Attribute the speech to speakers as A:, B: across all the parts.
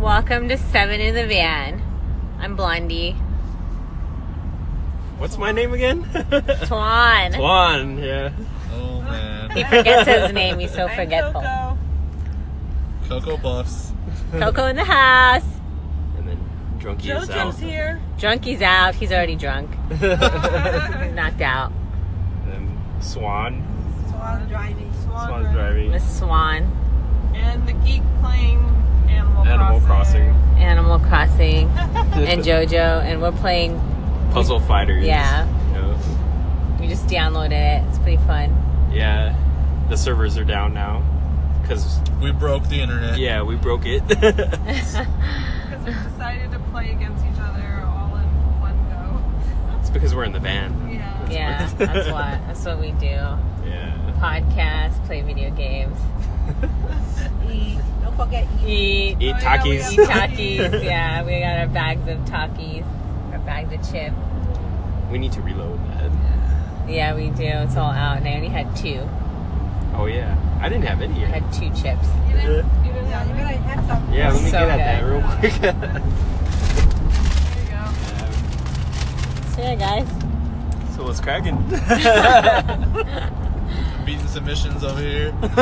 A: Welcome to Seven in the Van. I'm Blondie.
B: What's my name again?
A: Tuan.
B: Tuan, yeah.
C: Oh
A: He
C: man.
A: forgets his name. He's so
D: I'm
A: forgetful. Coco.
D: Coco.
C: Cocoa Puffs.
A: in the house.
B: And then Drunkie is
D: JoJo's
B: out.
D: here.
A: Drunkie's out. He's already drunk. He's knocked out.
B: and
D: Swan
B: Swan.
D: driving. Swan,
B: Swan's driving.
A: Miss Swan.
D: And the geek playing Animal,
B: Animal Crossing.
A: Animal Crossing. And JoJo. And we're playing.
B: Puzzle Fighters.
A: Yeah.
B: You know?
A: We just downloaded it. It's pretty fun.
B: Yeah. The servers are down now. Because,
C: We broke the internet.
B: yeah, we broke it.
D: Because we decided to play against each other all in one
B: it's because we're in the van.
D: go. Yeah.
A: Yeah, that's what that's what we do.
B: Yeah.
A: Podcast, play video games, Oh,
D: Eat. Don't forget
A: eat,
B: Eat
D: Oh, yeah, we
B: Takis.
A: eat
D: have
A: Takis. yeah, we got our bags of Takis, our bags of chips.
B: We need to reload that.
A: Yeah, we do. It's all out, and I only had two.
B: Oh, yeah. I didn't have any
A: I
B: yet.
A: had two chips.
D: You didn't, you didn't
E: Yeah, you
D: have
E: gotta
D: it?
E: have some.
B: Yeah, let me
A: So
B: get at
A: good.
B: that real quick.
D: There you go.
A: So yeah, guys.
B: so what's cracking? Mm. Oh,
C: Beating submissions over here.
A: What's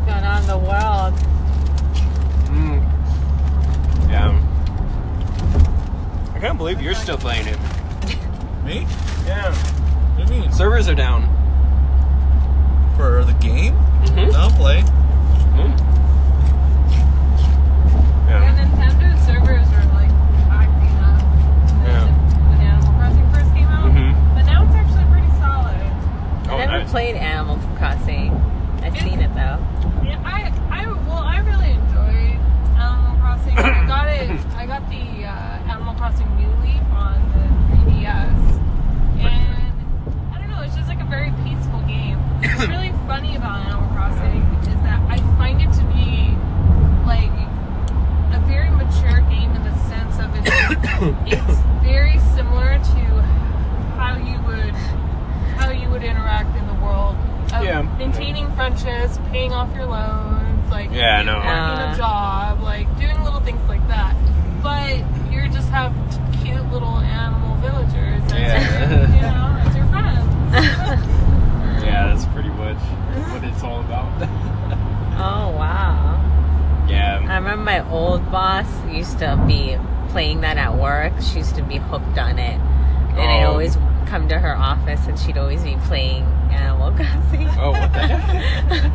A: going on in the world?
B: Mm. Yeah. I can't believe you're still playing it.
C: Me?
B: Yeah.
C: What do you mean?
B: Servers are down.
C: For the game?
A: Mm-hmm.
B: Mhm.
C: I'll play.
D: Our
B: Mm. Yeah.
D: Nintendo servers were like acting up when
B: Yeah.
D: when Animal Crossing first came out.
B: Mhm.
D: But now it's actually pretty solid.
B: Oh,
A: I never
B: nice.
A: played Animal Crossing. I've seen it though.
D: Yeah, I, I, well, I really enjoy Animal Crossing. I got it. I got the uh, Animal Crossing New Leaf on the 3DS, and I don't know. It's just like a very peaceful game. What's really funny about Animal Crossing is that I find it to be like a very mature game in the sense of it's, it's very similar to how you would how you would interact in the world of
B: Yeah.
D: maintaining friendships, paying off your loans, like
B: Yeah, I know.
D: working
A: Uh.
D: a job, like doing little things like that. But you just have cute little animal villagers. As
B: Yeah.
D: your, you know, as your friends.
B: Yeah, that's pretty much what it's all about.
A: Oh wow.
B: yeah.
A: I remember my old boss used to be playing that at work. She used to be hooked on it. And I'd
B: Oh.
A: always come to her office and she'd always be playing Animal Crossing.
B: Oh, what the heck?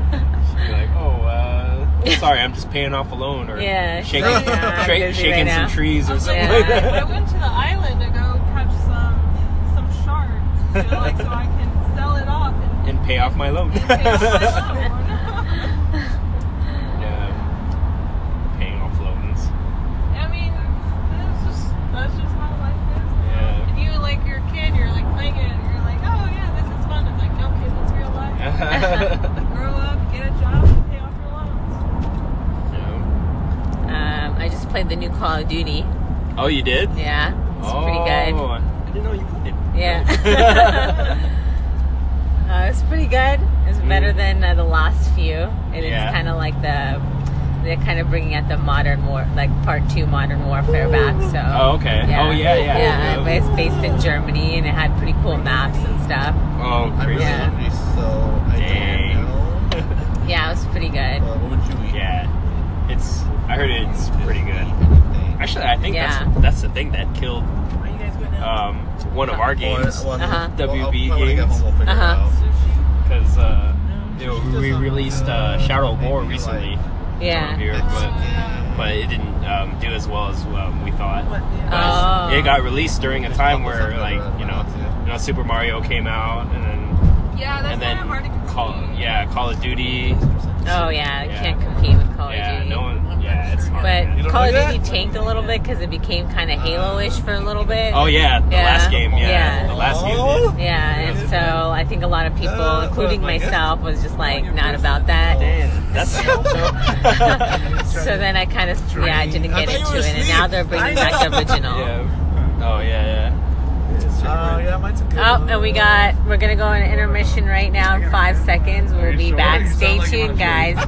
B: You're like, oh, uh, sorry, I'm just paying off a loan or
A: Yeah, she's
B: shaking,
C: like, "Nah,
A: I'm
B: shak-
A: busy
B: shaking
A: right now."
B: some trees
D: I
B: or
D: was like,
B: something
A: Yeah.
B: like
D: I, I
B: that.
D: went to the island to go catch some some sharks, you know, like so I can sell it off and
B: And pay off my loan.
D: pay off
A: "Oh,
D: my loan.
B: yeah. Paying off loans.
D: I mean, that's just that's just how life is.
B: Yeah.
D: And you like your kid, you're like playing it, and you're like, oh yeah, this is fun. It's like, okay, that's real life.
B: yeah.
D: Grow up, get a job, and pay off your loans.
A: Um, I just played the new Call of Duty.
B: Oh, you did?
A: Yeah, it's pretty
B: Oh,
A: good.
B: I didn't know you played.
A: Yeah. Uh, it's pretty good. It's
B: Mm.
A: better than uh, the last few. And
B: Yeah.
A: it's kind of like the. They're kind of bringing out the modern war, like part two modern warfare back. So.
B: Oh, okay.
A: Yeah.
B: Oh, yeah, yeah.
A: Yeah,
B: Yeah.
A: but it's based in Germany and it had pretty cool maps and stuff.
B: oh,
C: I'm really
B: crazy.
A: Yeah.
C: hungry, so I
B: Dang.
C: don't know.
A: Yeah, it was pretty good.
C: But what would you eat?
B: Yeah. It's. I heard it's pretty good.
C: Anything.
B: Actually, I think
A: Yeah.
B: that's that's the thing that killed
D: Are you guys going
B: um, one of our games
C: Well,
A: Uh-huh.
B: WB
C: I'll, when I get
B: games.
C: home, we'll figure it
A: Uh-huh.
C: out.
D: Sushi.
B: because uh, you know,
C: She
B: we
C: doesn't,
B: released uh,
C: uh,
B: Shadow of
C: maybe
B: War
C: like-
B: recently over
A: Yeah.
B: here, but,
C: Mexican.
B: but it didn't um, do as well as um, we thought.
D: What?
B: But
D: Yeah.
A: Oh.
B: It got released during a
C: It's
B: time
C: not
B: where
C: something
B: like
C: that
B: you know,
C: amounts to.
B: you know Super Mario came out and then
D: yeah, that's
B: and
D: kind
B: then
D: of hard to compete.
B: Call yeah Call of Duty
A: Oh yeah, you
B: Yeah.
A: can't compete with Call
B: yeah,
A: of Duty.
B: no one. Yeah, it's hard.
A: but
C: You don't
A: Call
C: like
A: of
C: that?
A: Duty tanked a little bit because it became kind of Halo-ish for a little bit.
B: oh yeah, the
A: Yeah.
B: last game. Yeah,
A: Yeah.
B: the last
C: Oh.
B: game.
A: yeah. and so I think a lot of people,
C: Uh,
A: including
C: well, I guess-
A: myself, was just like not about that.
B: Damn, that's
A: so then I kind of yeah, I didn't
C: Oh. I
A: get
C: thought you
A: into
C: were
A: it, and now
C: asleep.
A: they're bringing back the original.
B: yeah. Oh yeah,
C: Oh, yeah, mine's a good
A: Oh,
C: one.
A: and we got, we're gonna go on intermission right now in five seconds. We'll be back. Stay tuned, guys.